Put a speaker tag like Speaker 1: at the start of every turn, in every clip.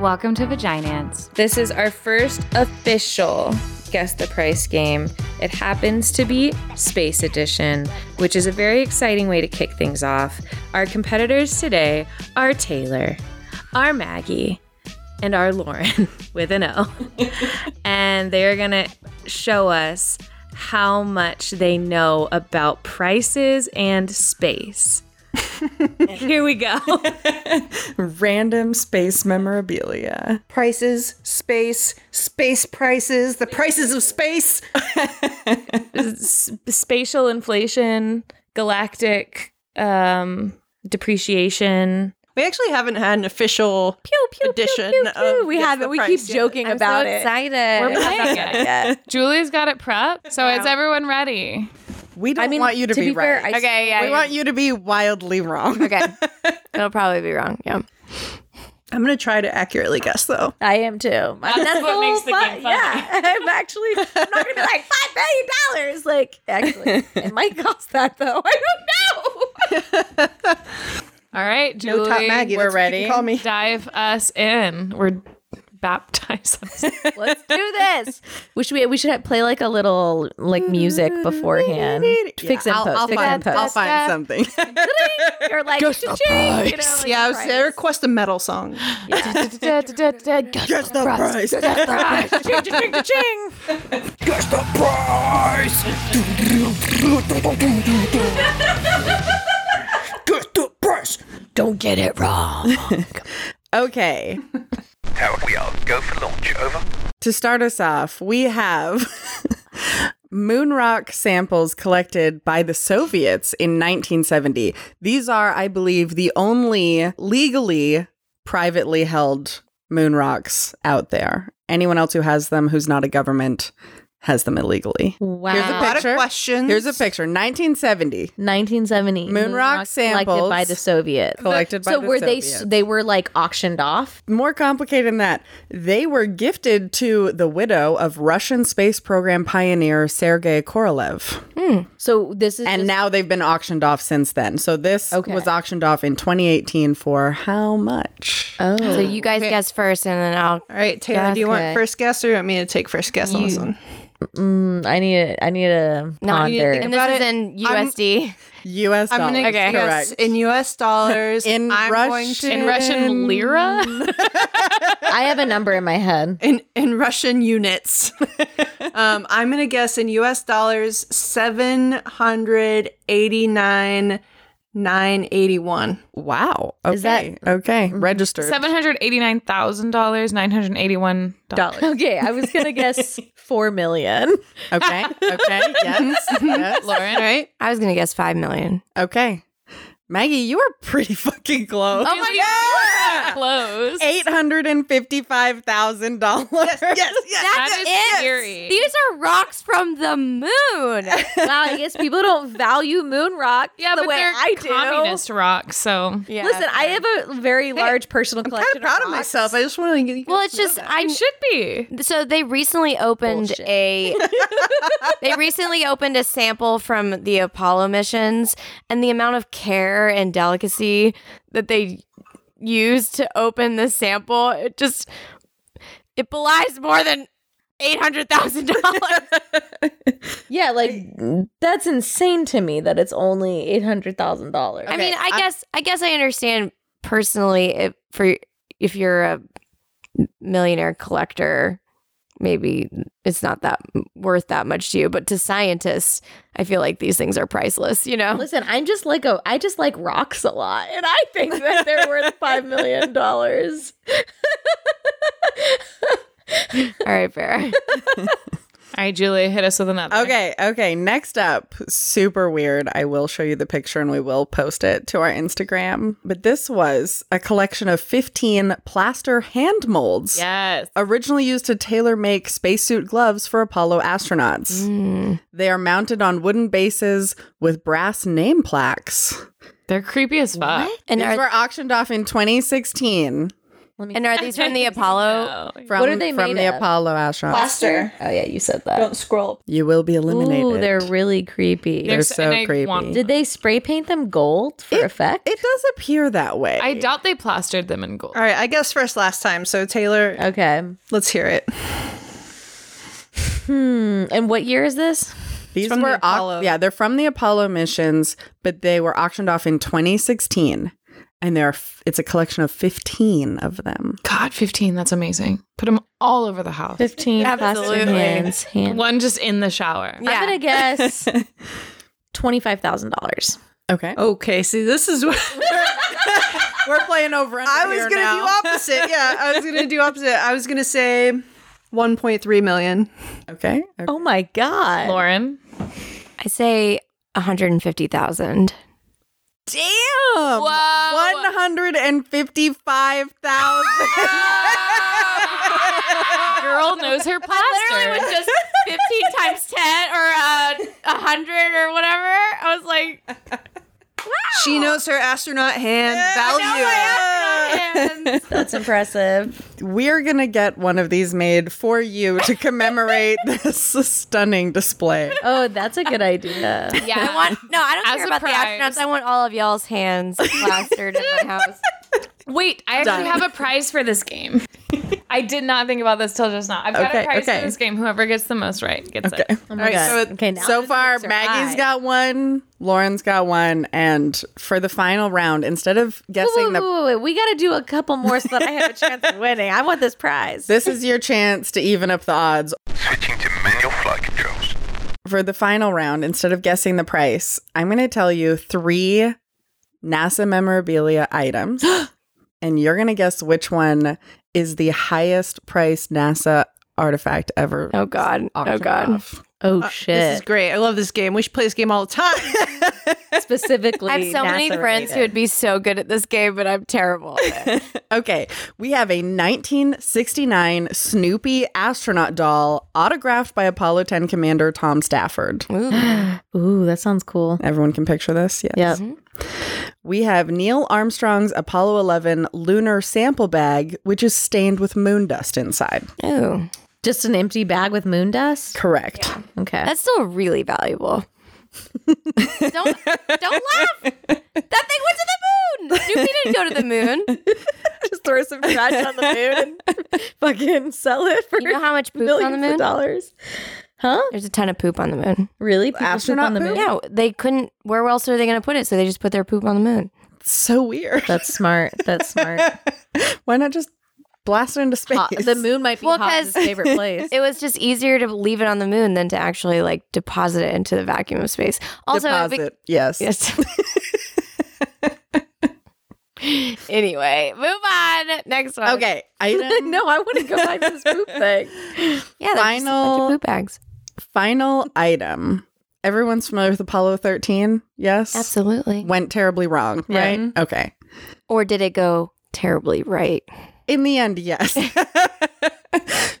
Speaker 1: Welcome to Vaginance.
Speaker 2: This is our first official Guess the Price game. It happens to be Space Edition, which is a very exciting way to kick things off. Our competitors today are Taylor, our Maggie, and our Lauren with an O. and they are going to show us how much they know about prices and space. Here we go.
Speaker 3: Random space memorabilia.
Speaker 4: prices, space, space prices, the prices of space.
Speaker 2: spatial inflation, galactic um, depreciation.
Speaker 5: We actually haven't had an official edition of
Speaker 2: We
Speaker 5: Guess
Speaker 2: haven't.
Speaker 5: the
Speaker 2: We keep
Speaker 5: Price yet.
Speaker 2: joking
Speaker 5: I'm so
Speaker 2: about it.
Speaker 5: excited.
Speaker 6: We're playing it.
Speaker 5: Yeah.
Speaker 6: Julie's got it prepped, so is everyone ready?
Speaker 3: We don't
Speaker 7: I mean,
Speaker 3: want you to,
Speaker 7: be, fair,
Speaker 3: right.
Speaker 7: I
Speaker 6: Okay, yeah.
Speaker 3: we want you to be wildly wrong.
Speaker 7: okay. It'll probably be wrong. Yeah,
Speaker 5: I'm gonna try to accurately guess though.
Speaker 7: I am too. That's,
Speaker 6: what makes the game fun.
Speaker 7: Yeah, I'm actually I'm not gonna be like five million dollars. Like, actually, it might cost that though. I don't know.
Speaker 6: All right,
Speaker 3: No
Speaker 6: Julie.
Speaker 3: top Maggie.
Speaker 5: we're
Speaker 3: that's what you
Speaker 5: ready.
Speaker 3: can Call me.
Speaker 6: Dive us in. We're baptized.
Speaker 7: Let's do this. We should be, we should play like a little like music beforehand. Fix and
Speaker 3: I'll,
Speaker 7: post.
Speaker 3: I'll
Speaker 7: fix
Speaker 3: find,
Speaker 7: and post.
Speaker 3: I'll find something.
Speaker 7: Or like, cha-ching, you know, like
Speaker 5: Yeah, I was
Speaker 7: price.
Speaker 5: there request a metal song.
Speaker 3: Guess the price. Okay.
Speaker 8: Tower, we are go for launch. Over.
Speaker 3: To start us off, we have moon rock samples collected by the Soviets in 1970. These are, I believe, the only legally privately held moon rocks out there. Anyone else who has them who's not a government has them illegally.
Speaker 7: Wow.
Speaker 3: Here's a
Speaker 5: lot of
Speaker 3: picture.
Speaker 5: questions.
Speaker 3: Here's a picture. 1970
Speaker 7: 1970
Speaker 3: Moon rock
Speaker 7: collected by
Speaker 3: samples.
Speaker 7: the Soviet.
Speaker 3: collected by
Speaker 7: so
Speaker 3: the
Speaker 7: were
Speaker 3: Soviets.
Speaker 7: they they were like auctioned off?
Speaker 3: more complicated than that. They were gifted to the widow of Russian space program pioneer Sergei Korolev.
Speaker 7: So this is
Speaker 3: And
Speaker 7: just-
Speaker 3: now they've been auctioned off since then. So this
Speaker 7: Okay.
Speaker 3: was auctioned off in 2018 for how much?
Speaker 1: So you guys guess first, and then I'll.
Speaker 5: All right, Taylor, do you
Speaker 7: Gasket.
Speaker 5: want first guess or you want me to take first guess on this one?
Speaker 7: Mm, I need a, I need a ponder.
Speaker 1: And this is in USD.
Speaker 3: US
Speaker 5: I'm
Speaker 3: dollars.
Speaker 5: gonna guess in US dollars.
Speaker 3: In
Speaker 5: I'm going
Speaker 3: Russian.
Speaker 5: to
Speaker 6: In Russian lira?
Speaker 7: I have a number in my head.
Speaker 5: in, in Russian units. um, I'm gonna guess in US dollars seven hundred eighty nine nine eighty one.
Speaker 3: Wow. Okay.
Speaker 7: Is that-
Speaker 3: okay.
Speaker 1: Mm-hmm.
Speaker 3: Registered.
Speaker 6: $789,981.
Speaker 7: Okay, I was gonna guess four million.
Speaker 3: Okay. Okay. yes. yes.
Speaker 6: Lauren?
Speaker 5: All right.
Speaker 1: I was gonna guess five million.
Speaker 3: Okay. Maggie, you were pretty fucking close.
Speaker 6: Oh my god! Close.
Speaker 3: $855,000.
Speaker 5: Yes, yes.
Speaker 6: That is scary.
Speaker 1: These are rocks from the moon.
Speaker 7: Wow, I guess people don't value moon rock
Speaker 6: Yeah,
Speaker 7: the
Speaker 6: but
Speaker 7: way
Speaker 6: they're
Speaker 7: I do.
Speaker 6: communist rock, so
Speaker 1: Yeah.
Speaker 7: Listen, I have a very large personal
Speaker 5: I'm
Speaker 7: collection.
Speaker 5: kind of proud of
Speaker 7: rocks.
Speaker 5: myself. I just want to get
Speaker 1: well, it's just I.
Speaker 6: it should be.
Speaker 1: So they recently opened
Speaker 7: Bullshit.
Speaker 1: a they recently opened a sample from the Apollo missions and the amount of care and delicacy that they used to open the sample it just it belies more than $800,000.
Speaker 7: Yeah, like that's insane to me that it's only eight hundred thousand dollars.
Speaker 1: I mean, I guess I guess I understand personally if for if you're a millionaire collector maybe it's not that worth that much to you but to scientists I feel like these things are priceless, you know.
Speaker 7: Listen, I'm just like a I just like rocks a lot, and I think that they're worth five million dollars.
Speaker 1: All right, fair.
Speaker 6: All right, Julie, hit us with another.
Speaker 3: Okay, okay. Next up, super weird. I will show you the picture and we will post it to our Instagram. But this was a collection of 15 plaster hand molds.
Speaker 6: Yes.
Speaker 3: Originally used to tailor make spacesuit gloves for Apollo astronauts. They are mounted on wooden bases with brass name plaques.
Speaker 6: They're creepy as fuck.
Speaker 1: And
Speaker 3: These
Speaker 1: are
Speaker 3: were auctioned off in 2016.
Speaker 2: Let me
Speaker 1: And are these from the
Speaker 6: Oh,
Speaker 1: Apollo?
Speaker 3: From,
Speaker 7: What are they
Speaker 3: from
Speaker 7: made
Speaker 3: the
Speaker 7: of?
Speaker 3: Apollo astronaut?
Speaker 7: Plaster. Oh yeah, you said that.
Speaker 4: Don't scroll.
Speaker 3: You will be eliminated.
Speaker 7: Ooh, they're really creepy.
Speaker 3: They're
Speaker 6: There's-
Speaker 3: so
Speaker 6: and I
Speaker 3: creepy.
Speaker 6: want-
Speaker 7: Did they spray paint them gold for effect?
Speaker 3: it does appear that way.
Speaker 6: I doubt they plastered them in gold.
Speaker 5: All right, I guess first last time. So Taylor,
Speaker 7: okay.
Speaker 5: let's hear it.
Speaker 7: Hmm. And what year is this?
Speaker 3: These
Speaker 5: from the
Speaker 3: were au-
Speaker 5: Apollo.
Speaker 3: yeah, they're from the Apollo missions, but they were auctioned off in 2016, and there are f- it's a collection of 15 of them.
Speaker 6: God, 15. That's amazing. Put them all over the house.
Speaker 7: Fifteen
Speaker 1: Absolutely.
Speaker 7: plaster hands. hand-
Speaker 6: One just in the shower.
Speaker 1: Yeah.
Speaker 7: I'm gonna guess twenty-five thousand dollars.
Speaker 3: Okay,
Speaker 5: Okay, see, this is what
Speaker 3: we're playing over.
Speaker 5: I was gonna do opposite. Yeah, I was gonna do opposite. I was gonna say 1.3 million.
Speaker 3: Okay, okay.
Speaker 7: Oh my god!
Speaker 6: Lauren,
Speaker 1: I say 150,000.
Speaker 3: damn, one hundred and fifty-five thousand.
Speaker 6: girl knows her plaster.
Speaker 1: just 15 times 10 or uh, 100 or whatever. I was like,
Speaker 5: She knows her astronaut hand value.
Speaker 7: That's impressive.
Speaker 3: We're gonna get one of these made for you to commemorate this stunning display.
Speaker 7: Oh, that's a good idea.
Speaker 1: I
Speaker 7: Uh,
Speaker 1: want, no, I don't
Speaker 6: As
Speaker 1: care
Speaker 6: a
Speaker 1: about
Speaker 6: prize.
Speaker 1: the astronauts. I want all of y'all's hands plastered in my house.
Speaker 6: Wait, I actually have a prize for this game. I did not think about this till just now. I've got
Speaker 3: Okay,
Speaker 6: a prize
Speaker 3: okay.
Speaker 6: for this game. Whoever gets the most right gets it.
Speaker 7: Oh my god. okay, now
Speaker 3: so
Speaker 7: this
Speaker 3: far,
Speaker 7: makes her
Speaker 3: Maggie's
Speaker 7: eye.
Speaker 3: got one, Lauren's got one, and for the final round, instead of guessing
Speaker 7: Wait, wait,
Speaker 3: the
Speaker 7: wait, wait. We got to do a couple more so that I have a chance of winning. I want this prize.
Speaker 3: This is your chance to even up the odds.
Speaker 8: Switching to manual flight controls.
Speaker 3: For the final round, instead of guessing the price, I'm going to tell you three NASA memorabilia items. and you're going to guess which one is the highest priced NASA artifact ever.
Speaker 1: Oh, God. Oh,
Speaker 3: auctioned
Speaker 1: God.
Speaker 3: off.
Speaker 7: oh
Speaker 5: This is
Speaker 7: shit!
Speaker 5: great. I love this game. We should play this game all the time.
Speaker 7: Specifically,
Speaker 1: I have so many
Speaker 7: NASA
Speaker 1: friends who
Speaker 7: related.
Speaker 1: would be so good at this game, but I'm terrible at it.
Speaker 3: Okay, we have a 1969 Snoopy astronaut doll autographed by Apollo 10 Commander Tom Stafford.
Speaker 7: Ooh, that sounds cool.
Speaker 3: Everyone can picture this? Yes.
Speaker 7: Yep.
Speaker 3: We have Neil Armstrong's Apollo 11 lunar sample bag, which is stained with moon dust inside.
Speaker 1: Oh,
Speaker 7: Just an empty bag with moon dust.
Speaker 3: Correct.
Speaker 7: Okay.
Speaker 1: that's still really valuable. don't don't laugh. That thing went to the moon. Snoopy didn't go to the moon.
Speaker 7: just throw some trash on the moon and fucking sell it for
Speaker 1: You know how much poop's
Speaker 7: millions
Speaker 1: on the moon?
Speaker 7: of dollars. Huh?
Speaker 1: There's a ton of poop on the moon.
Speaker 7: Really? People poop
Speaker 3: Astronaut
Speaker 7: on the moon?
Speaker 1: Yeah, they couldn't. Where else are they going to put it? So they just put their poop on the moon.
Speaker 3: So weird.
Speaker 7: That's smart. That's smart.
Speaker 3: Why not just blast it into space?
Speaker 7: Hot- Uh, The moon might be
Speaker 1: Well,
Speaker 7: hot his
Speaker 1: 'cause-
Speaker 7: favorite place.
Speaker 1: It was just easier to leave it on the moon than to actually like deposit it into the vacuum of space. Also, it be-
Speaker 3: Deposit. yes.
Speaker 1: yes. anyway, move on. Next one.
Speaker 3: Okay. Item,
Speaker 7: no, I want to go back to this poop thing.
Speaker 1: Yeah, there's just a bunch
Speaker 3: Final-
Speaker 1: of poop bags.
Speaker 3: Final item. Everyone's familiar with Apollo 13? Yes.
Speaker 1: Absolutely.
Speaker 3: Went terribly wrong, right? Okay.
Speaker 1: Or did it go terribly right?
Speaker 3: In the end, yes.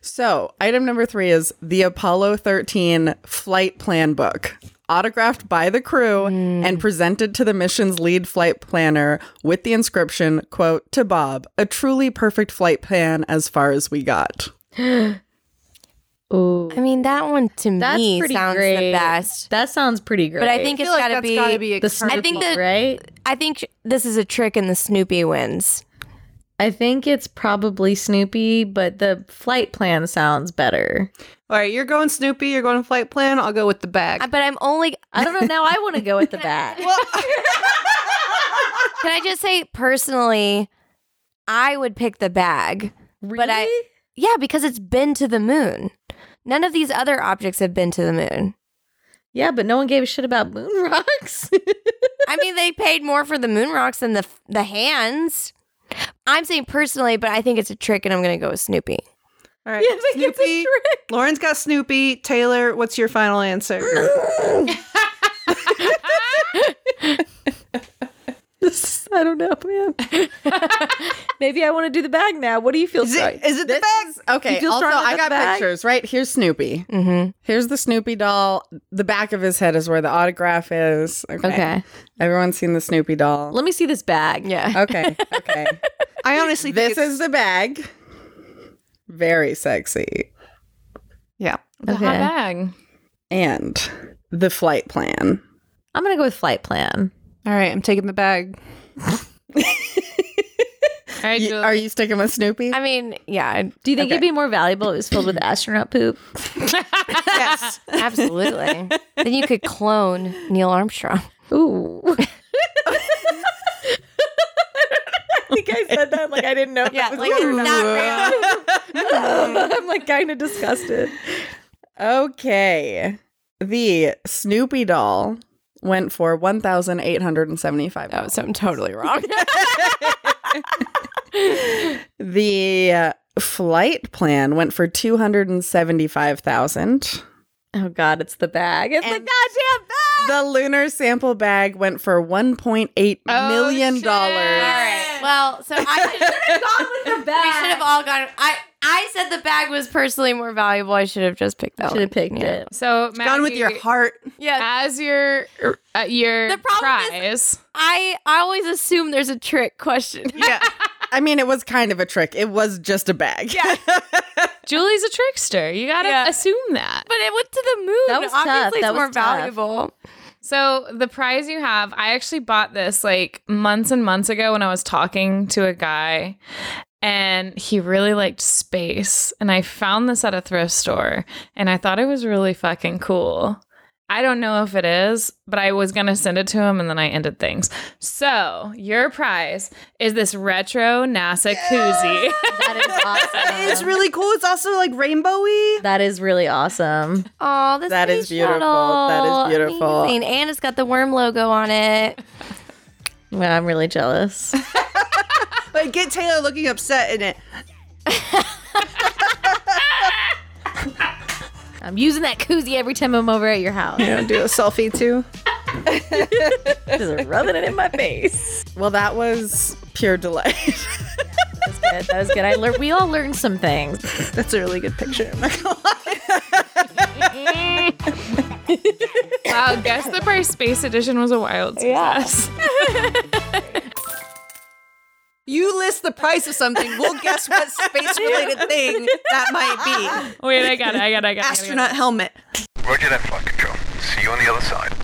Speaker 3: so, item number three is the Apollo 13 flight plan book, autographed by the crew
Speaker 7: Hmm.
Speaker 3: and presented to the mission's lead flight planner with the inscription, quote, to Bob, a truly perfect flight plan as far as we got.
Speaker 7: Ooh.
Speaker 1: I mean, that one to
Speaker 7: That's
Speaker 1: me
Speaker 7: pretty
Speaker 1: sounds
Speaker 7: great.
Speaker 1: the best.
Speaker 7: That sounds pretty great.
Speaker 1: But I think
Speaker 5: I
Speaker 1: it's
Speaker 5: feel like
Speaker 1: gotta,
Speaker 5: that's
Speaker 1: be,
Speaker 5: gotta be
Speaker 7: the
Speaker 5: external.
Speaker 1: I think
Speaker 7: Snoopy,
Speaker 1: that-
Speaker 7: right?
Speaker 1: I think sh- this is a trick, and the Snoopy wins.
Speaker 7: I think it's probably Snoopy, but the flight plan sounds better.
Speaker 5: all right, you're going Snoopy. You're going flight plan. I'll go with the bag.
Speaker 1: I- But I'm only.
Speaker 7: I don't know. Now I want to go with the bat.
Speaker 1: Can I just say personally, I would pick the bag. But I,
Speaker 7: Really?
Speaker 1: yeah, because it's been to the moon. None of these other objects have been to the moon.
Speaker 7: yeah, but no one gave a shit about moon rocks.
Speaker 1: I mean, they paid more for the moon rocks than the the hands. I'm saying personally, but I think it's a trick, and I'm going to go with Snoopy.
Speaker 5: all right, Snoopy. Lauren's got Snoopy. Taylor, what's your final answer?
Speaker 7: I don't know, man. Maybe I want to do the bag now. What do you feel?
Speaker 5: Is it, is it the bag?
Speaker 3: Okay,
Speaker 7: feel
Speaker 3: also,
Speaker 7: strongly
Speaker 3: I
Speaker 7: about
Speaker 3: got
Speaker 7: the bag?
Speaker 3: pictures, right? Here's Snoopy.
Speaker 1: Mm-hmm.
Speaker 3: Here's the Snoopy doll. The back of his head is where the autograph is. Okay.
Speaker 7: Okay.
Speaker 3: Everyone's seen the Snoopy doll.
Speaker 7: Let me see this bag.
Speaker 1: Yeah.
Speaker 3: Okay. Okay.
Speaker 5: I honestly think
Speaker 3: This
Speaker 5: it's-
Speaker 3: is the bag. Very sexy.
Speaker 5: yeah.
Speaker 6: The hot bag.
Speaker 3: And the flight plan.
Speaker 7: I'm gonna go with flight plan.
Speaker 5: All right, I'm taking the bag.
Speaker 6: All right,
Speaker 3: Y-
Speaker 6: Julie.
Speaker 3: are you sticking with Snoopy?
Speaker 1: I mean, yeah, I'd-
Speaker 7: Do you think it'd be more valuable if it was filled with astronaut poop?
Speaker 5: Yes.
Speaker 1: absolutely. then you could clone Neil Armstrong.
Speaker 7: Ooh.
Speaker 2: I think I said that like I didn't know.
Speaker 1: Yeah, like not real.
Speaker 2: I'm like kind of disgusted.
Speaker 3: Okay. The Snoopy doll went for one thousand eight hundred and seventy-five.
Speaker 1: Oh, so I'm totally wrong.
Speaker 3: The uh, flight plan went for two hundred and seventy-five thousand.
Speaker 7: Oh God, it's the bag. It's the goddamn bag.
Speaker 3: The lunar sample bag went for one point eight million
Speaker 6: shit.
Speaker 3: dollars.
Speaker 1: well, so I
Speaker 7: Gone with the
Speaker 1: we should have all gone. I I said the bag was personally more valuable. I should have just picked that.
Speaker 7: Should have
Speaker 1: one.
Speaker 7: picked
Speaker 1: Yeah.
Speaker 7: it.
Speaker 6: So Matthew,
Speaker 5: Gone with your heart.
Speaker 1: Yeah,
Speaker 6: as your uh, your
Speaker 1: The problem is-
Speaker 6: prize.
Speaker 1: I I always assume there's a trick question.
Speaker 5: Yeah.
Speaker 3: I mean, it was kind of a trick. It was just a bag. Yeah.
Speaker 6: Julie's a trickster. You gotta
Speaker 1: Yeah.
Speaker 6: assume that.
Speaker 1: But it went to the moon.
Speaker 7: That was tough.
Speaker 1: Obviously, it's
Speaker 7: That was
Speaker 1: more
Speaker 7: tough.
Speaker 1: valuable.
Speaker 6: So the prize you have, I actually bought this like months and months ago when I was talking to a guy and he really liked space and I found this at a thrift store and I thought it was really fucking cool. I don't know if it is, but I was going to send it to him and then I ended things. So, your prize is this retro NASA koozie.
Speaker 7: That is
Speaker 4: It's
Speaker 7: awesome.
Speaker 4: really cool. It's also like rainbowy.
Speaker 7: that is really awesome.
Speaker 1: Oh, the
Speaker 3: That is
Speaker 1: space
Speaker 3: beautiful. That is
Speaker 1: shuttle.
Speaker 3: beautiful.
Speaker 1: Amazing. And it's got the worm logo on it.
Speaker 7: Well, I'm really jealous.
Speaker 5: But get Taylor looking upset in it.
Speaker 7: I'm using that koozie every time I'm over at your house.
Speaker 5: You know, do a selfie too.
Speaker 7: Just rubbing it in my face.
Speaker 3: Well, that was pure delight.
Speaker 7: Good, that was good. I learned. We all learned some things.
Speaker 5: That's a really good picture.
Speaker 6: wow, guess the price space edition was a wild success.
Speaker 5: You list the price of something, we'll guess what space related thing that might be.
Speaker 6: Wait, I got it. I got it. I got it. I got it.
Speaker 5: Astronaut helmet.
Speaker 8: Roger that, Flight Control. See you on the other side.